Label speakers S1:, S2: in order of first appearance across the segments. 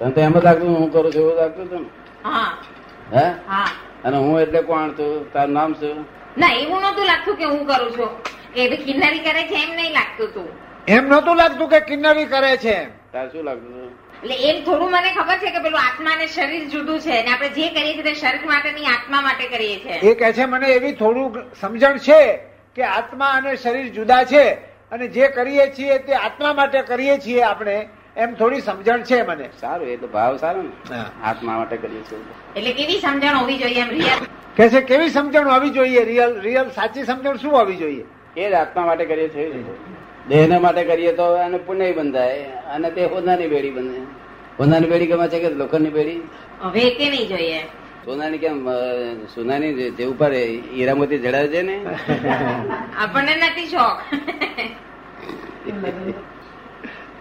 S1: તને તો એમ જ લાગતું હું કરું છું એવું લાગતું હતું ને
S2: હા
S1: હે
S2: હા
S1: અને હું એટલે કોણ છું તારું નામ શું
S2: ના એવું નતું લાગતું કે હું કરું છું એ બી કિન્નરી કરે છે એમ નહીં લાગતું તું
S3: એમ નતું લાગતું કે કિન્નરી કરે છે
S1: તારે શું લાગતું હતું
S2: એટલે એમ થોડું મને ખબર છે કે પેલું આત્મા અને શરીર જુદું છે અને આપણે જે કરીએ છીએ તે શરીર માટે નહીં આત્મા માટે કરીએ છીએ
S3: એ કહે છે મને એવી થોડું સમજણ છે કે આત્મા અને શરીર જુદા છે અને જે કરીએ છીએ તે આત્મા માટે કરીએ છીએ આપણે એમ થોડી સમજણ છે મને
S1: સારું એટલે ભાવ સારો ને
S3: હા.
S1: આત્મા માટે કરીએ છીએ
S2: એટલે કેવી સમજણ હોવી જોઈએ એમ રિયલ
S3: કે છે કેવી સમજણ હોવી જોઈએ રિયલ રિયલ સાચી સમજણ શું હોવી જોઈએ
S1: એ જ આત્મા માટે કરીએ છીએ દેહને માટે કરીએ તો એને પુણ્ય બંધાય અને તે હોનાની બેડી બને હોનાની બેડી કેમાં છે કે લોખંડની બેડી
S2: હવે કે નહીં જોઈએ
S1: સોનાની કેમ અ, સોનાની જે- જે ઉપર હીરામોતી જડાવે છે ને
S2: આપણને નથી શોખ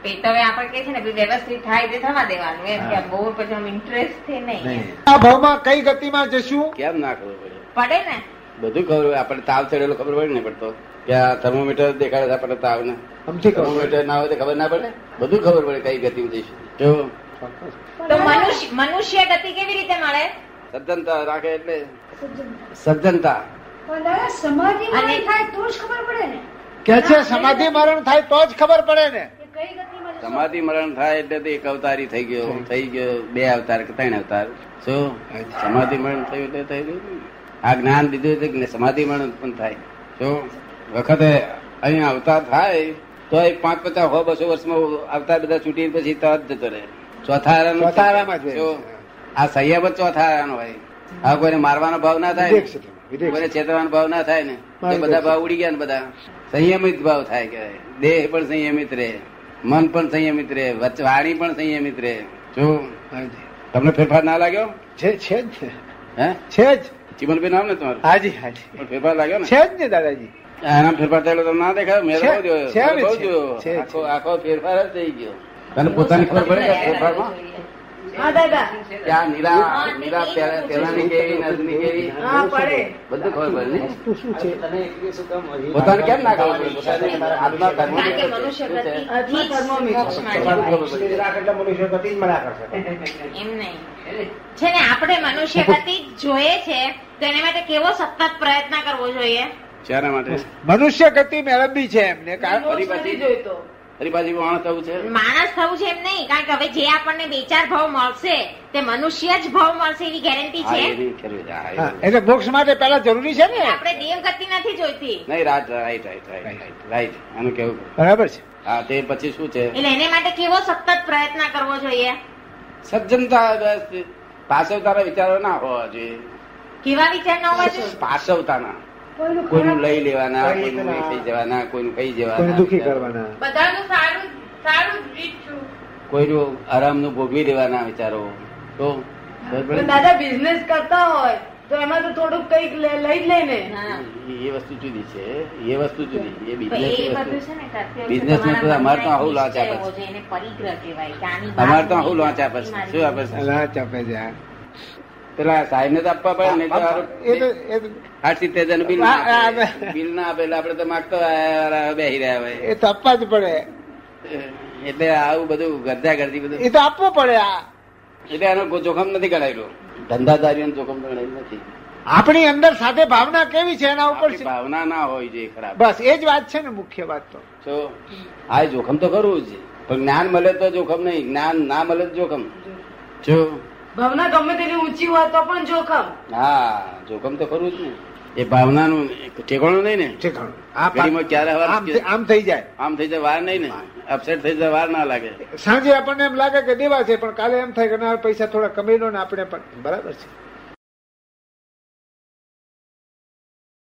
S2: એ તો હવે આપણે કે છે ને ભઈ વ્યવસ્થિત થાય તે થવા દેવાનું એમ કે બહુ પછી આમ ઇન્ટરેસ્ટ થી નહીં
S3: આ ભાવમાં કઈ ગતિમાં જશું
S1: કેમ ના ખબર પડે
S2: પડે ને
S1: બધું ખબર હોય આપણે તાવ ચડેલો ખબર પડે ને પડતો કે આ થર્મોમીટર દેખાડે છે આપણને તાવ ને
S3: સમજી કહું
S1: થર્મોમીટર ના હોય તો ખબર ના પડે બધું ખબર પડે કઈ ગતિ જઈશું કેવું
S2: તો મનુષ્ય મનુષ્ય ગતિ કેવી રીતે મળે
S1: સજ્જનતા રાખે એટલે સજ્જનતા
S4: પણ દાદા સમાધિ
S2: અને-
S4: મરણ થાય તો જ ખબર પડે ને
S3: કે છે સમાધિ મરણ થાય તો જ ખબર પડે ને
S4: કે કઈ ગતિમાં જશો.
S1: સમાધિ મરણ થાય એટલે તો એક અવતારી થઈ ગયો થઈ ગયો બે અવતાર કે ત્રણ અવતાર શું સમાધિ મરણ થયું એટલે થઈ ગયું ને. આ જ્ઞાન લીધું એટલે જ્ઞા- સમાધિ મરણ પણ થાય શું વખતે અહીંયા અવતાર થાય તો એક પાંચ પચાસ હો બસો વર્ષમાં અવતાર બધા છૂટી પછી તરત જતો રહે ચોથા હારાનો-
S3: ચોથા હારામાં જ રહે.
S1: શું? આ સંયમ જ ચોથા હારાનો હોય આ કોઈને મારવાનો ભાવ ના થાય
S3: વિવેક છે
S1: ને.
S3: તમે, વિવેક
S1: કોઈને છેતરવાનો ભાવ ના થાય ને એ
S3: મારી
S1: બધા ભાવ ઉડી ગયા ને બધા સંયમિત ભાવ થાય કે દેહ પણ સંયમિત રહે મન પણ સંયમિત રહે વચ- વાણી પણ સંયમિત રહે શું તમને ફેરફાર ના લાગ્યો
S3: છે છે જ ને.
S1: હે
S3: છે જ
S1: ચિમનભાઈ નામ ને તમારું
S3: હાજી હાજી
S1: પણ ફેરફાર લાગ્યો ને
S3: છે જ ને દાદાજી
S1: એના ફેરફાર થયેલો તમને ના દેખાયો મેં તો
S3: છે,
S1: બહુ જોયો.
S3: છે
S1: મેં બહુ
S3: ને, છે,
S1: જોયો
S3: છે, છે.
S1: આખો આખો ફેરફાર જ થઈ ગયો તને પોતાની ખબર પડે કે ફેરફારમાં
S4: હા દાદા
S1: કે આ નીરા નીરા પહેલા- પહેલાની કેવી ને આજની કેવી
S4: હા પડે
S1: બધું ખબર પડે ને
S3: તો શું છે
S1: પોતાને કેમ ના ખબર પડે પોતાની આત્મા કર્મ
S2: કારણ કે મનુષ્ય ગતિ
S4: આત્મા કર્મોમી.
S2: મોક્ષ માટે
S1: પોતાને ખબર પડે.
S2: એમ નહીં છે ને આપણે મનુષ્ય ગતિ જ જોઈએ છે તો એના માટે કેવો સતત પ્રયત્ન કરવો જોઈએ
S1: શેના માટે
S3: મનુષ્ય ગતિ મેળવવી છે એમને કારણ-
S1: ફરી પાછી ફરી પાછી માણસ આવું છે
S2: માણસ થવું છે એમ નહીં કારણ કે હવે જે આપણને બેચાર ભાવ મળશે તે મનુષ્ય જ ભાવ મળશે એવી ગેરંટી
S1: હા,
S2: છે
S1: એ નહીં કરવી. હા, એ
S3: હા,
S1: નહીં.
S3: એટલે મોક્ષ માટે પહેલા જરૂરી છે ને
S2: આપણે દેવ ગતિ નથી જોઈતી
S1: નહીં રાત right right right right right આનું કેવું
S3: બરાબર છે
S1: હા તે પછી શું છે
S2: એટલે એને માટે કેવો સતત પ્રયત્ન કરવો જોઈએ
S1: સજ્જનતા બસ પાછળતાના વિચારો ના હોવા જોઈએ
S2: કેવા વિચાર ન હોય તો?
S1: પાછળતાના
S4: કોઈનું
S1: કોઈનું
S4: ખરાબ
S1: લઈ લેવાના
S3: કોઈ
S1: કોઈનું
S3: રીતના.
S1: વેચી જવાના કોઈનું કઈ
S3: કોઈને
S1: જવાના
S3: દુખી કરવાના
S5: બધાનું સારું સારું જ ઈચ્છું
S1: કોઈનું આરામનું ભોગવી લેવાના વિચારો તો બરાબર?
S6: પણ દાદા બિઝનેસ કરતા હોય તો એમાં તો થોડુંક કઈક લે- લઈ જ લઈને
S2: હા.
S1: એ વસ્તુ જુદી છે એ વસ્તુ જુદી એ
S2: પણ
S1: બિઝનેસ
S2: એ
S1: વસ્તુ
S2: બધું છે ને કરતી વખતે
S1: Business માં તો
S2: તમારા
S1: અમારે તો
S2: મનમાં
S1: આવું લોચ
S2: એક નિશ્ચય
S1: આપે છે.
S2: હોવો જોઈએ. એને પરિગ્રહ કહેવાય કે આની બહાર
S1: અમારે તો
S2: નહીં
S1: આવું લોન્ચ
S2: જવું.
S1: આપે છે
S2: મારી
S1: શું આપે છે
S3: અલા, ચપે છે, હા.
S1: પેલા સાહેબ ને તો આપવા પડે ને
S3: એ તો- એ તો-
S1: આઠ સિત્તેર હજારનું બિલ
S3: આ-
S1: ના
S3: આ-
S1: આપે. બિલ ના આપે એટલે આપણે તો માગતો બેસી રહ્યા હોય
S3: એ તો આપવા જ પડે
S1: એટલે આવું બધું ગરજા ગરજી બધું
S3: એ તો આપવો પડે આ
S1: એટલે એનો ગો- જોખમ નથી ગણાયેલો ધંધાદારીઓનું જોખમ ગણાયેલું નથી
S3: આપણી અંદર સાથે ભાવના કેવી છે એના ઉપર
S1: આપણી ભાવના ના હોય જોઈએ ખરાબ
S3: બસ એ જ વાત છે ને મુખ્ય વાત તો
S1: તો આ જોખમ તો કરવું જ પણ જ્ઞાન મળે તો જોખમ નહીં જ્ઞાન ના મળે તો જોખમ જો
S6: ભાવના ગમે તેટલી ઊંચી હોય તો પણ જોખમ
S1: હા જોખમ તો ખરું જ ને એ ભાવનાનું ઠેકાણું નહીં ને
S3: ઠેકાણું આ પા-
S1: ઘડીમાં ક્યારે વાર
S3: આમ થઈ- આમ થઈ જાય
S1: આમ થઈ જાય વાર નહીં ને અપસેટ થઈ જાય વાર ના લાગે
S3: સાંજે આપણને એમ લાગે કે દેવા છે પણ કાલે એમ થાય કે ના પૈસા થોડા કમાઈ લો ને આપણે પણ બરાબર છે